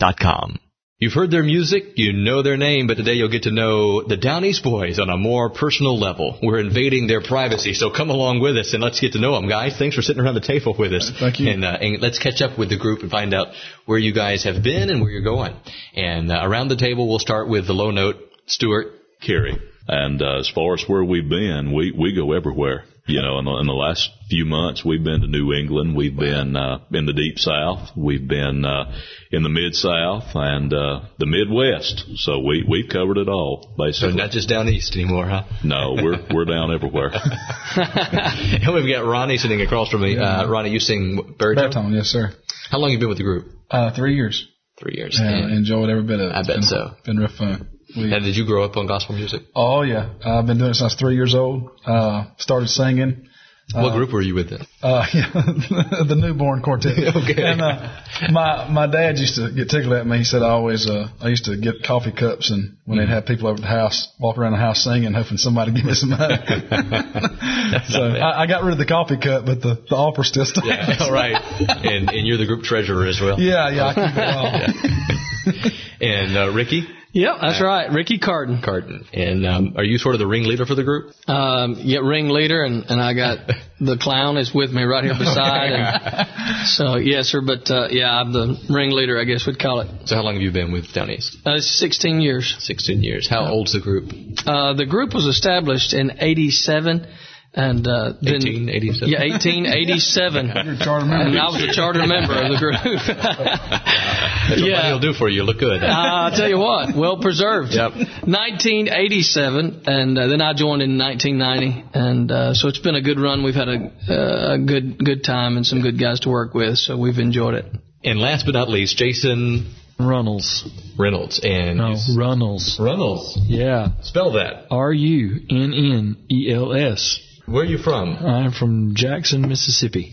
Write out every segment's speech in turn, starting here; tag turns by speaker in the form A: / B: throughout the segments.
A: danielbritt.com.
B: You've heard their music, you know their name, but today you'll get to know the Down East Boys on a more personal level. We're invading their privacy, so come along with us and let's get to know them, guys. Thanks for sitting around the table with us.
C: Thank you.
B: And, uh, and let's catch up with the group and find out where you guys have been and where you're going. And uh, around the table, we'll start with the low note, Stuart Carey.
D: And uh, as far as where we've been, we we go everywhere. You know, in the, in the last few months, we've been to New England, we've been uh, in the Deep South, we've been uh, in the Mid South, and uh, the Midwest. So we we've covered it all
B: So
D: basically.
B: not just down east anymore, huh?
D: No, we're we're down everywhere.
B: and we've got Ronnie sitting across from me. Uh, Ronnie, you sing baritone.
C: Baritone, yes, sir.
B: How long you been with the group?
C: Uh, three years.
B: Three years.
C: Yeah,
B: And-
C: enjoyed every bit of it.
B: I
C: It's
B: bet
C: been,
B: so.
C: Been real fun. We-
B: and did you grow up on gospel music?
C: oh yeah, I've been doing it since I was three years old. Uh, started singing.
B: what group were you with then?
C: Uh, yeah, the newborn quartet.
B: Okay.
C: And uh, my my dad used to get tickled at me. He said I always uh, I used to get coffee cups and when
B: Mm.
C: they'd have people over the house, walk around the house singing, hoping somebody give me some money. so I, I got rid of the coffee cup, but the the offer still stands.
B: All right. And and you're the group treasurer as well.
C: Yeah, yeah, I keep it all.
B: And uh, Ricky
E: Yep, that's right. Ricky Carton.
B: Carton. And um, are you sort of the ringleader for the group?
E: Um, yeah, ringleader, and, and I got the clown is with me right here beside. And so, yes, sir. But uh, yeah, I'm the ringleader, I guess we'd call it.
B: So how long have you been with Down East?
E: Uh, it's 16 years.
B: 16 years. How old's the group?
E: Uh, the group was established in 87. And uh, then,
B: 1887.
E: Yeah, 1887.
C: Charter member.
E: and I was a charter member of the group.
B: That's what
E: Yeah.
B: money will do for you. You Look good.
E: Uh, I'll tell you what, well preserved.
B: Yep.
E: 1987, and uh, then I joined in 1990, and uh, so it's been a good run. We've had a, uh, a good good time and some good guys to work with, so we've enjoyed it.
B: and last but not least, Jason
F: Runnels.
B: Reynolds. And
F: No, Runnels.
B: Reynolds.
F: Yeah.
B: Spell that.
F: R U N N E L S.
B: Where are you from?
F: I'm from Jackson, Mississippi.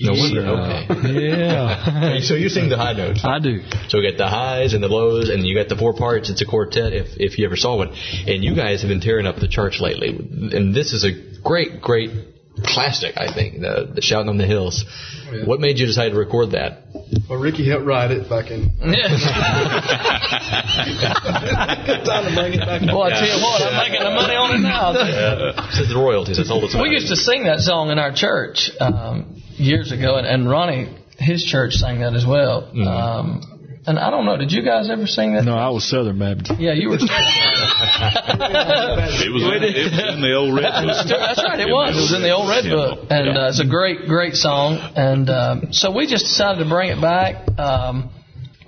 B: No wonder. Okay.
F: Yeah.
B: So you sing the high notes.
F: I do.
B: So we got the highs and the lows, and you got the four parts. It's a quartet, if if you ever saw one. And you guys have been tearing up the church lately, and this is a great, great classic. I think the, the shouting on the hills.
E: Oh,
B: What made you decide to record that?
G: Well, Ricky helped write it back in.
E: Well, I tell you what, I'm making the money on it now.
B: Since the royalties, that's all the time.
E: Uh, We used to sing that song in our church um, years ago, and, and Ronnie, his church, sang that as well. Um, and I don't know, did you guys ever sing that?
F: No, I was Southern Baptist.
E: Yeah, you were.
D: It was, in, it was in the old red book.
E: That's right, it was. It was in the old Red
D: Yeah.
E: Book, and uh, it's a great, great song. And um, so we just decided to bring it back. Um,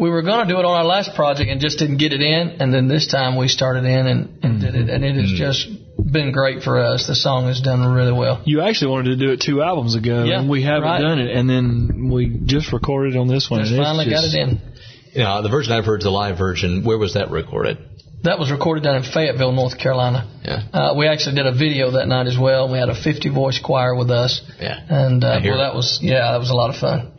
E: we were going to do it on our last project and just didn't get it in, and then this time we started in and, and did it, and it has just been great for us. The song has done really well.
F: You actually wanted to do it two albums ago,
E: Yeah,
F: and we haven't
E: right.
F: done it. And then we just recorded on this one.
E: Just
F: and it's
E: finally
F: just-
E: got it in.
B: You know, the version I've heard is the live version. Where was that recorded?
E: That was recorded down in Fayetteville, North Carolina.
B: Yeah.
E: Uh, we actually did a video that night as well. We had a 50 voice choir with us.
B: Yeah.
E: And
B: I
E: uh,
B: hear
E: well,
B: it.
E: that was yeah, that was a lot of fun.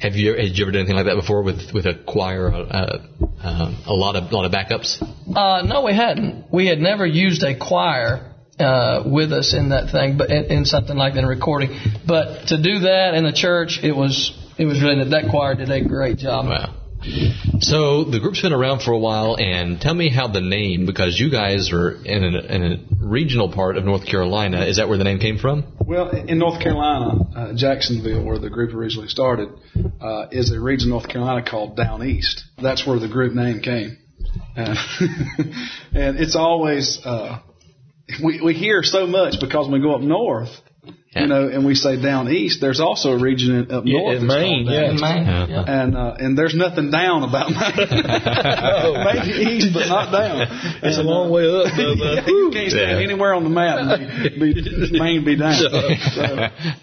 B: Have you had you ever done anything like that before with with a choir, uh, um, a lot of lot of backups?
E: Uh, no, we hadn't. We had never used a choir uh, with us in that thing, but in, in something like that in recording. But to do that in the church, it was it was really that choir did a great job.
B: Wow. So the group's been around for a while, and tell me how the name, because you guys are in a, in a regional part of North Carolina. Is that where the name came from?
G: Well, in North Carolina, uh, Jacksonville, where the group originally started, uh, is a region of North Carolina called Down East. That's where the group name came. Uh, and it's always, uh, we, we hear so much because when we go up north, you know, and we say down east, there's also a region in- up north.
F: in
G: that's
F: Maine,
G: called down
F: yeah.
G: east.
E: Man.
G: And, uh, and there's nothing down about Maine. Maybe east, but not down. It's a long
F: way up. Bubba.
G: you can't stand anywhere on the map and be, be, Maine be down. So,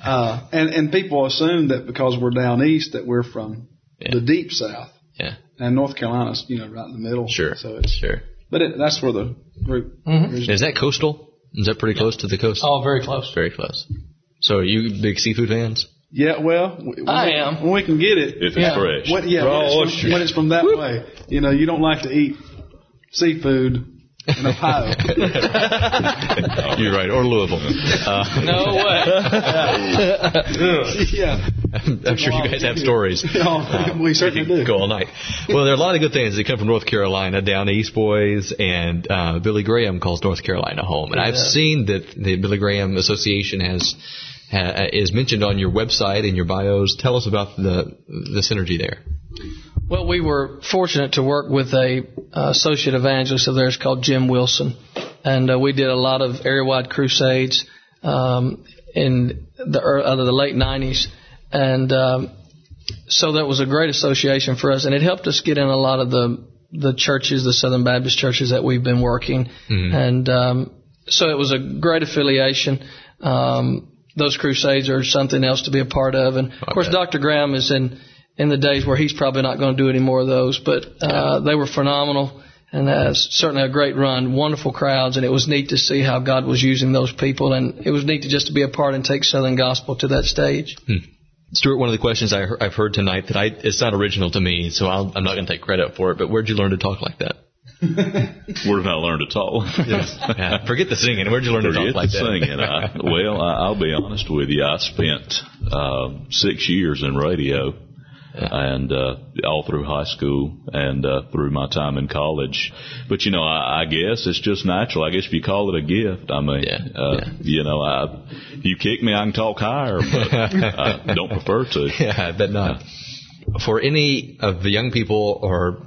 G: uh, and, and people assume that because we're down east that we're from the deep south.
B: Yeah.
G: And North Carolina's, you know, right in the middle.
B: Sure.
G: So it's,
B: Sure.
G: but it, that's where the group.
B: Is that coastal? Is that pretty close to the coast?
E: Oh, very close.
B: Very close. So are you big seafood fans?
G: Yeah, well, w- when
E: I
G: we,
E: am.
G: When we can get it.
D: If it's
E: Yeah.
D: fresh.
G: When, yeah,
D: Raw
G: when it's,
D: oyster.
G: from, when it's from that way, you know, you don't like to eat seafood in Ohio.
E: Uh,
B: You're right, or Louisville.
E: No way.
G: yeah,
B: I'm, I'm sure you guys have stories.
F: Oh,
G: Yeah, we certainly
B: could
G: do.
B: Go all night. Well, there are a lot of good things that come from North Carolina. Down East Boys and uh, Billy Graham calls North Carolina home, and I've seen that the Billy Graham Association has ha, is mentioned on your website and your bios. Tell us about the the synergy there.
E: Well, we were fortunate to work with a uh, associate evangelist of theirs called Jim Wilson, and uh, we did a lot of area-wide crusades um, in the ear- uh, the late '90s, and um, so that was a great association for us, and it helped us get in a lot of the the churches, the Southern Baptist churches that we've been working, and um, so it was a great affiliation. Um, those crusades are something else to be a part of, and of course,
B: bet.
E: Dr. Graham is in in the days where he's probably not going to do any more of those, but uh, they were phenomenal. And uh, certainly a great run, wonderful crowds, and it was neat to see how God was using those people, and it was neat to just to be a part and take Southern gospel to that stage.
B: Stuart, one of the questions I, he- I've heard tonight that I it's not original to me, so I'll, I'm not going to take credit for it. But where'd you learn to talk like that?
D: Where did I learn to talk?
B: Yeah, forget the singing. Where'd you learn to
D: Forget
B: talk like
D: the
B: that?
D: singing. I, well, I, I'll be honest with you. I spent um six years in radio, and uh, all through high school and uh, through my time in college. But you know, I, I guess it's just natural. I guess if you call it a gift, I mean,
B: Yeah,
D: uh,
B: yeah.
D: you know, I, if you kick me, I can talk higher, but I don't prefer to.
B: Yeah, I bet not. For any of the young people or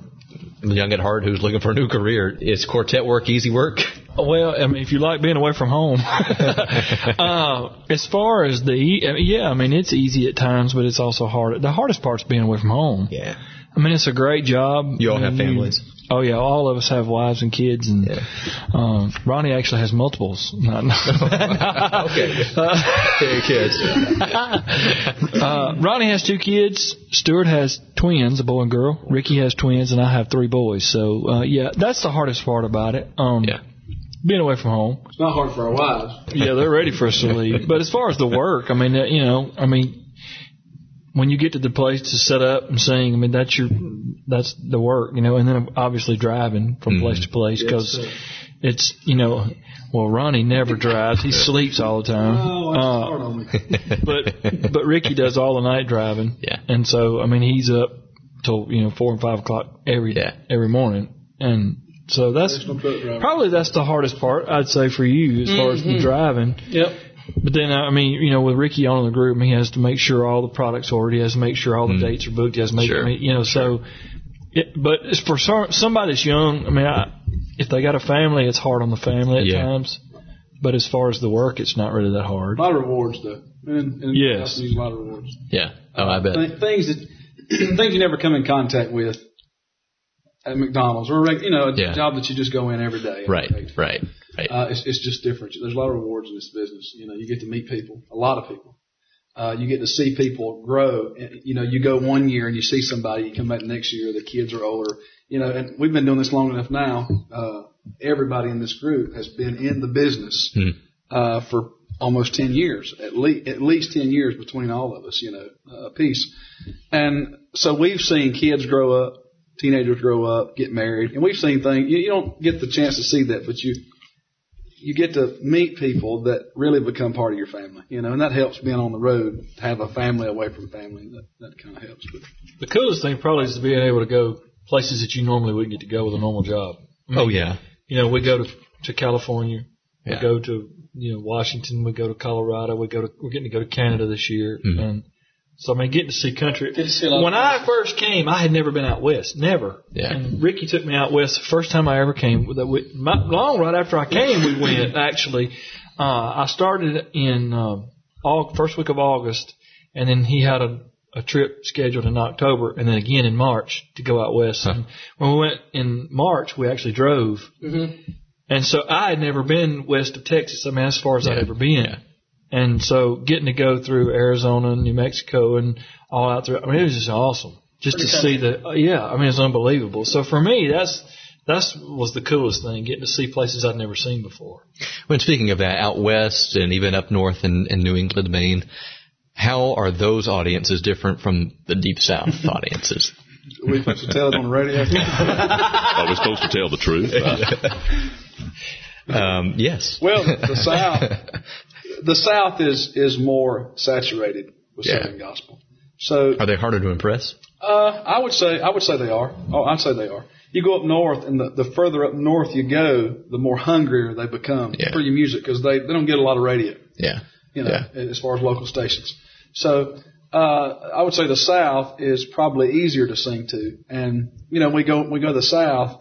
B: young at heart who's looking for a new career, is quartet work easy work?
F: Well, I mean, if you like being away from home, uh, as far as the e- uh, yeah, I mean, it's easy at times, but it's also hard. The hardest part's being away from home.
B: Yeah.
F: I mean, it's a great job.
B: You all
F: I mean,
B: have
F: you-
B: families.
F: Oh yeah, all of us have wives and kids, and
B: Yeah.
F: um, Ronnie actually has multiples. Not,
B: Okay. Hey, Mm-hmm. kids.
F: uh, Ronnie has two kids. Stuart has twins, a boy and girl. Ricky has twins, and I have three boys. So uh, yeah, that's the hardest part about it. Um,
B: Yeah.
F: being away from home.
G: It's not hard for our wives.
F: yeah, they're ready for us to leave. But as far as the work, I mean, uh, you know, I mean, when you get to the place to set up and sing, I mean, that's your, that's the work, you know, and then obviously driving from place to place because it's, you know, well, Ronnie never drives; he sleeps all the time.
G: Oh, that's
F: Uh,
G: hard on me.
F: but but Ricky does all the night driving.
B: Yeah.
F: And so I mean he's up till you know four and five o'clock every
B: Yeah.
F: every morning, and so that's
G: Professional truck driver.
F: probably that's the hardest part I'd say for you as far as the driving.
E: Yep.
F: But then I mean you know with Ricky on in the group, he has to make sure all the products ordered, he has to make sure all the dates are booked, he has to make
B: Mm. Sure.
F: you know so. It, but it's for some, somebody that's young, I mean, I, if they got a family, it's hard on the family at
B: Yeah.
F: times. But as far as the work, it's not really that hard.
G: A lot of rewards, though. And, and
F: Yes.
G: I see a lot of rewards.
B: Yeah. Oh, I bet.
G: Th- Things that things you never come in contact with at McDonald's or reg- you know a
B: Yeah.
G: job that you just go in every day. and
B: Right.
G: take.
B: Right. Right.
G: Uh, it's, it's just different. There's a lot of rewards in this business. You know, you get to meet people, a lot of people. Uh, you get to see people grow. And, you know, you go one year and you see somebody, you come back next year, the kids are older. You know, and we've been doing this long enough now. Uh, everybody in this group has been in the business uh, for almost 10 years, at least, at least 10 years between all of us, you know, uh, apiece. And so we've seen kids grow up, teenagers grow up, get married, and we've seen things, you, you don't get the chance to see that, but you, you get to meet people that really become part of your family, you know, and that helps being on the road, to have a family away from family. That, that kind of helps. But
F: The coolest thing probably is to being able to go places that you normally wouldn't get to go with a normal job.
B: oh, yeah.
F: You know, we go to to California,
B: Yeah.
F: we go to you know Washington, we go to Colorado, we go to we're getting to go to Canada this year, and so I mean getting to see country.
E: see a lot of
F: when I first came, I had never been out west, never.
B: Yeah.
F: And Ricky took me out west the first time I ever came. That we, my, long right after I came, we went actually. Uh, I started in um, Aug first week of August, and then he had a a trip scheduled in October, and then again in March to go out west. And when we went in March, we actually drove. And so I had never been west of Texas. I mean, as far as I'd
B: Yeah.
F: ever been.
B: Yeah.
F: And so getting to go through Arizona and New Mexico and all out through, I mean, it was just awesome just to see the, uh, yeah, I mean, it's unbelievable. So for me, that's, that's was the coolest thing, getting to see places I'd never seen before.
B: When speaking of that, out west and even up north in, in New England, Maine, how are those audiences different from the deep south audiences?
G: we supposed to tell it on the radio.
D: Are we supposed to tell the truth? Uh,
B: Um, yes.
G: Well, the South, the South is is more saturated with
B: Yeah.
G: Southern gospel. So
B: Are they harder to impress?
G: uh, I would say I would say they are. Oh, I'd say they are. You go up north, and the, the further up north you go, the more hungrier they become
B: Yeah.
G: for your music because they, they don't get a lot of radio,
B: Yeah.
G: you know,
B: Yeah.
G: as far as local stations. So uh, I would say the South is probably easier to sing to, and you know we go we go to the South.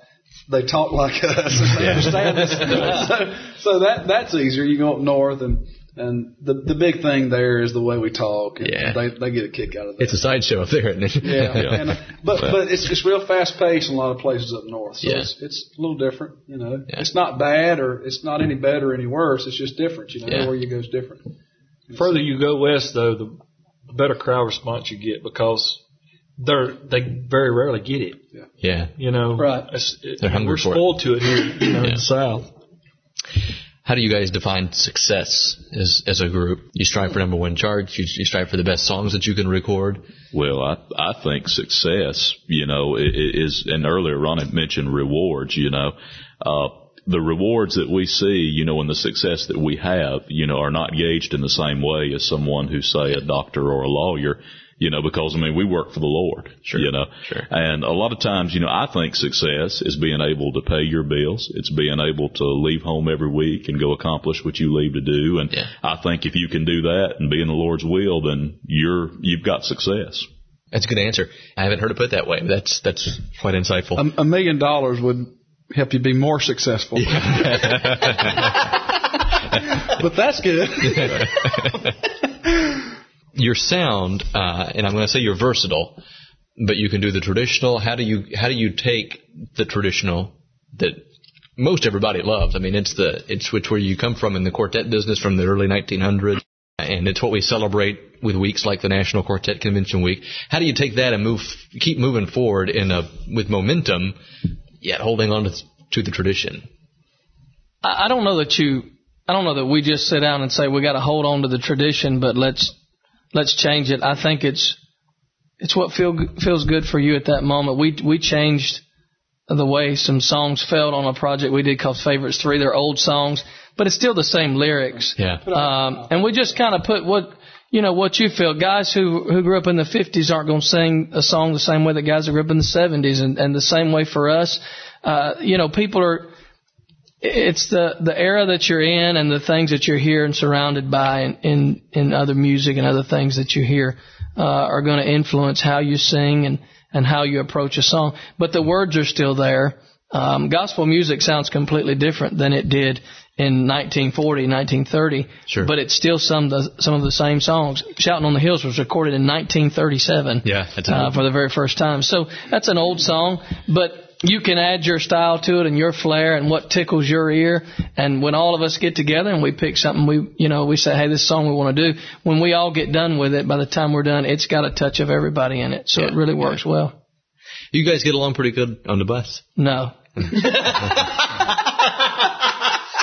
G: They talk like us. And they understand us. so, so that that's easier. You go up north, and and the the big thing there is the way we talk. And
B: Yeah.
G: they they get a kick out of that.
B: It's a sideshow up there, isn't it?
G: Yeah,
D: Yeah.
G: And, uh, but but it's it's real fast paced in a lot of places up north. So
B: Yeah.
G: it's it's a little different, you know.
B: Yeah.
G: It's not bad or it's not any better or any worse. It's just different, you know.
B: Yeah.
G: Everywhere you go is different.
F: Further you go west, though, the better crowd response you get because they're they very rarely get it.
B: yeah.
F: You know,
G: Right.
F: It's, it,
B: They're hungry
F: we're
B: for it.
F: spoiled to it here, you know, in
B: Yeah.
F: the South.
B: How do you guys define success as as a group? You strive for number one charts. You, you strive for the best songs that you can record.
D: Well, I I think success, you know, i- i- is and earlier Ron had mentioned rewards, you know, uh, the rewards that we see, you know, and the success that we have, you know, are not gauged in the same way as someone who's say a doctor or a lawyer, you know, because I mean we work for the Lord, sure, you know,
B: sure.
D: and a lot of times, you know, I think success is being able to pay your bills. It's being able to leave home every week and go accomplish what you leave to do. And
B: Yeah.
D: I think if you can do that and be in the Lord's will, then you're you've got success.
B: That's a good answer. I haven't heard it put that way. but That's that's quite insightful.
G: A, a million dollars would help you be more successful. but that's good.
B: your sound, uh, and I'm going to say you're versatile, but you can do the traditional. How do you how do you take the traditional that most everybody loves? I mean, it's the it's which where you come from in the quartet business from the early 1900s, and it's what we celebrate with weeks like the National Quartet Convention Week. How do you take that and move keep moving forward in a with momentum, yet holding on to, to the tradition?
E: I, I don't know that you. I don't know that we just sit down and say we got to hold on to the tradition, but let's let's change it. I think it's it's what feel feels good for you at that moment. We we changed the way some songs felt on a project we did called Favorites Three. They're old songs, but it's still the same lyrics.
B: Yeah.
E: Um, and we just kind of put what you know what you feel. Guys who who grew up in the '50s aren't going to sing a song the same way that guys who grew up in the '70s, and, and the same way for us. Uh, you know, people are. It's the the era that you're in and the things that you're here and surrounded by, and in in other music and other things that you hear uh, are going to influence how you sing and and how you approach a song. But the words are still there. Um, gospel music sounds completely different than it did in 1940, 1930.
B: Sure.
E: But it's still some the, some of the same songs. Shouting on the Hills was recorded in 1937.
B: Yeah, that's an
E: uh,
B: old-
E: for the very first time. So that's an old song, but you can add your style to it and your flair and what tickles your ear. And when all of us get together and we pick something, we you know we say, hey, this song we want to do. When we all get done with it, by the time we're done, it's got a touch of everybody in it. So it
B: Yeah,
E: really works well.
B: You guys get along pretty good on the bus.
E: No,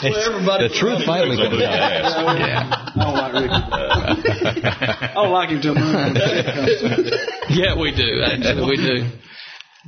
B: The truth finally comes out.
G: I don't like Ricky. I don't like him too much.
B: Yeah, we do. Actually, we do.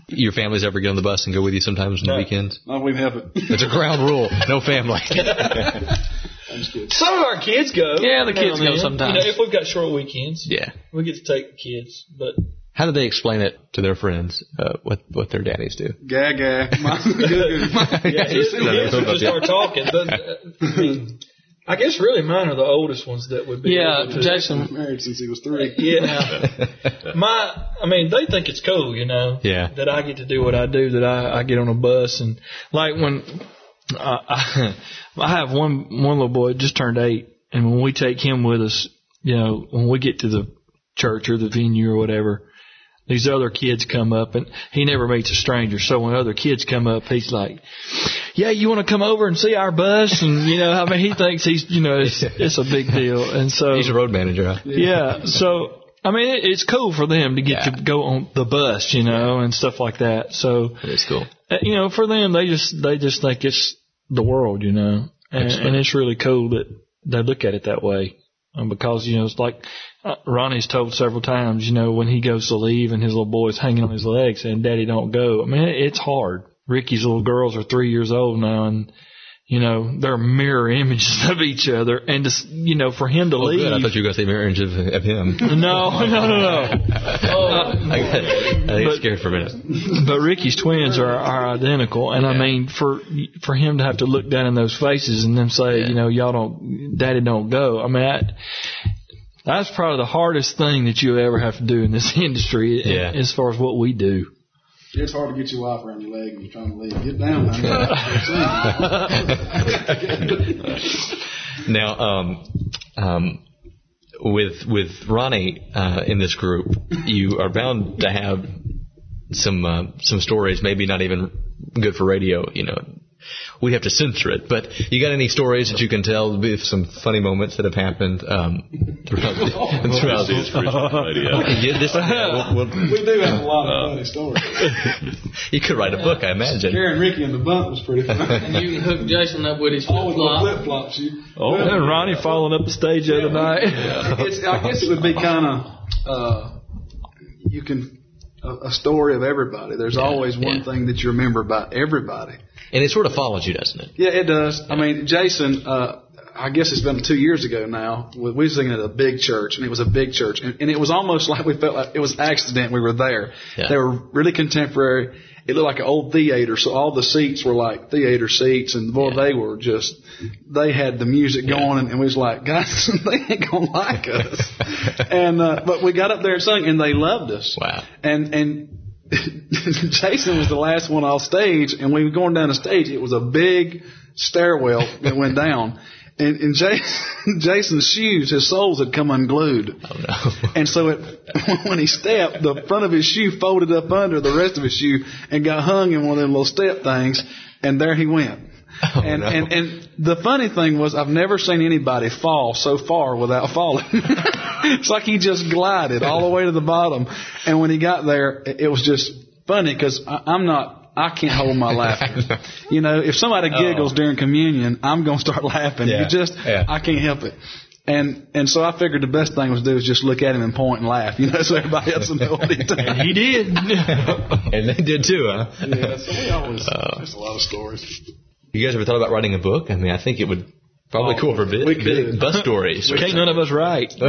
B: Your families ever get on the bus and go with you sometimes on the weekends?
G: No, we haven't.
B: It's a ground rule. No family.
F: Some of our kids go.
E: Yeah, the
F: now
E: kids
F: and
E: go
F: then.
E: sometimes.
F: You know, if we've got short weekends,
B: yeah.
F: we get to take the kids. But
B: How do they explain it to their friends? Uh, what what their daddies do?
G: Gaga. My,
F: yeah, it's,
B: No,
F: it's,
B: no,
F: we just
B: yeah.
F: start talking. But, uh, I mean, I guess really mine are the oldest ones that would be.
E: yeah,
F: able to-
E: Jason.
G: married since he was three.
F: Yeah. My, I mean, they think it's cool, you know.
B: Yeah.
F: That I get to do what I do. That I, I get on a bus and like when I, I, I have one one little boy just turned eight, and when we take him with us, you know, when we get to the church or the venue or whatever. These other kids come up and he never meets a stranger. So when other kids come up, he's like, yeah, you want to come over and see our bus? And you know, I mean, he thinks he's, you know, it's, it's a big deal. And so
B: He's a road manager. Huh?
F: yeah. So I mean, it, it's cool for them to get
B: Yeah.
F: to go on the bus, you know, and stuff like that. So
B: It's cool.
F: uh, you know, for them, they just they just think it's the world, you know, and, and it's really cool that they look at it that way. Um, because you know, it's like uh, Ronnie's told several times, you know, when he goes to leave and his little boy's hanging on his legs and Daddy don't go. I mean, it, it's hard. Ricky's little girls are three years old now, and you know, they're mirror images of each other, and just you know, for him to
B: Oh, good. I
F: leave.
B: thought you were going to say marriage of, of him.
F: no, no, no, no.
B: I got, I got
F: Oh. But-
B: scared for a minute.
F: Uh, But Ricky's twins are, are identical, and I mean for for him to have to look down in those faces and then say, you know, y'all don't, Daddy don't go. I mean, I, that's probably the hardest thing that you ever have to do in this industry,
B: Yeah.
F: as far as what we do.
G: It's hard to get your wife around your leg when you're trying to leave. Get down. man.
B: Now, um, um, with with Ronnie uh, in this group, you are bound to have some uh, some stories. Maybe not even good for radio. You know, we have to censor it. But you got any stories that you can tell? With some funny moments that have happened um, throughout the, throughout
D: This is
B: this.
D: original radio.
B: Yeah, this- yeah, we'll- we'll-
G: we do have a lot of funny stories.
B: you could write a book, I imagine.
G: Karen Ricky in the bump was pretty funny.
E: You can hook Jason up with his flip
G: Always with
E: flop.
G: flip flops. You.
D: Oh,
F: And
D: yeah.
F: Ronnie falling up the stage the other night.
G: It's, I guess it would be kind of uh, you can a, a story of everybody. There's always one
B: yeah.
G: thing that you remember about everybody.
B: And it sort of follows you, doesn't it?
G: Yeah, it does. I mean, Jason, uh, I guess it's been two years ago now. We we was singing at a big church, and it was a big church, and, and it was almost like we felt like it was accident. We were there.
B: Yeah.
G: They were really contemporary. It looked like an old theater, so all the seats were like theater seats, and boy, they were just, they had the music going, and, and we was like, guys, they ain't gonna like us. and uh, but we got up there and sung, and they loved us.
B: Wow.
G: And and Jason was the last one off stage, and we were going down the stage. It was a big stairwell that went down, and and Jason, Jason's shoes, his soles had come unglued,
B: Oh no.
G: and so it, when he stepped, the front of his shoe folded up under the rest of his shoe and got hung in one of them little step things, and there he went. and,
B: Oh, no.
G: and and the funny thing was, I've never seen anybody fall so far without falling. it's like he just glided all the way to the bottom, and when he got there, it it was just funny because I'm not. I can't hold my laughter. you know, if somebody giggles during communion, I'm gonna start laughing.
B: Oh. Yeah,
G: You just,
B: yeah.
G: I can't help it. And and so I figured the best thing was to do is just look at him and point and laugh, you know, so everybody else will know what he's doing.
F: he did.
B: and they did too, huh?
G: Yeah, so we always
B: Oh.
G: there's a lot of stories.
B: You guys ever thought about writing a book? I mean, I think it would probably cool for bit,
G: we
B: bit-
G: could.
B: bus stories. or
F: Can't none of us write.
B: something.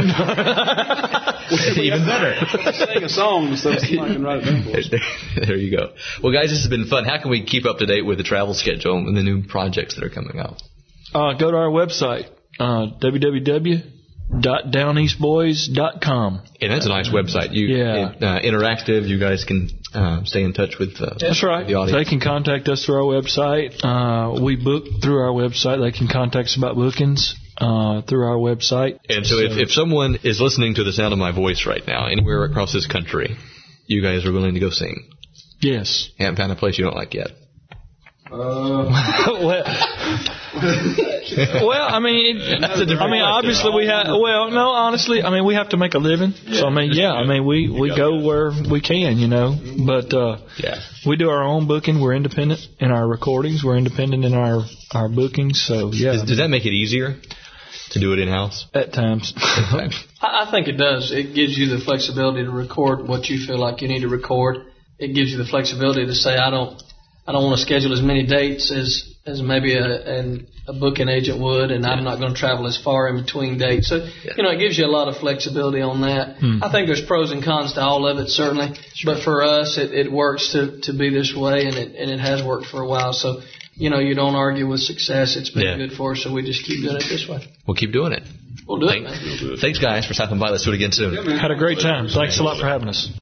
B: Even better.
G: Sing a song so somebody can write it down for us.
B: there you go. Well, guys, this has been fun. How can we keep up to date with the travel schedule and the new projects that are coming out?
F: Uh, go to our website, uh, www.downeastboys.com.
B: And that's a nice website. You,
F: Yeah.
B: it, uh, interactive. You guys can uh, stay in touch with. Uh,
F: That's right.
B: The audience.
F: They can contact us through our website. Uh, we book through our website. They can contact us about bookings uh, through our website.
B: And so, if, if someone is listening to the sound of my voice right now, anywhere across this country, you guys are willing to go sing.
F: Yes.
B: Haven't found a place you don't like yet.
F: well, well, I mean, it- I mean, obviously we have. Well, no, honestly, I mean, we have to make a living. So I mean, yeah, I mean, we we go where we can, you know. But uh,
B: Yeah.
F: we do our own booking. We're independent in our recordings. We're independent in our our bookings. So yeah,
B: Does, does that make it easier to do it in house?
F: at times.
B: Uh-huh.
E: I I think it does. It gives you the flexibility to record what you feel like you need to record. It gives you the flexibility to say, I don't, I don't want to schedule as many dates as as maybe a an, a booking agent would, and I'm not going to travel as far in between dates. So you know, it gives you a lot of flexibility on that. I think there's pros and cons to all of it, certainly. But for us, it, it works to to be this way, and it and it has worked for a while. So. You know, you don't argue with success. It's been
B: Yeah.
E: good for us, so we just keep doing it this way.
B: We'll keep doing it.
E: We'll do it,
B: Thank-
E: man.
B: Thanks, guys, for stopping by. Let's do it again soon.
F: Had a great time. Thanks a lot for having us.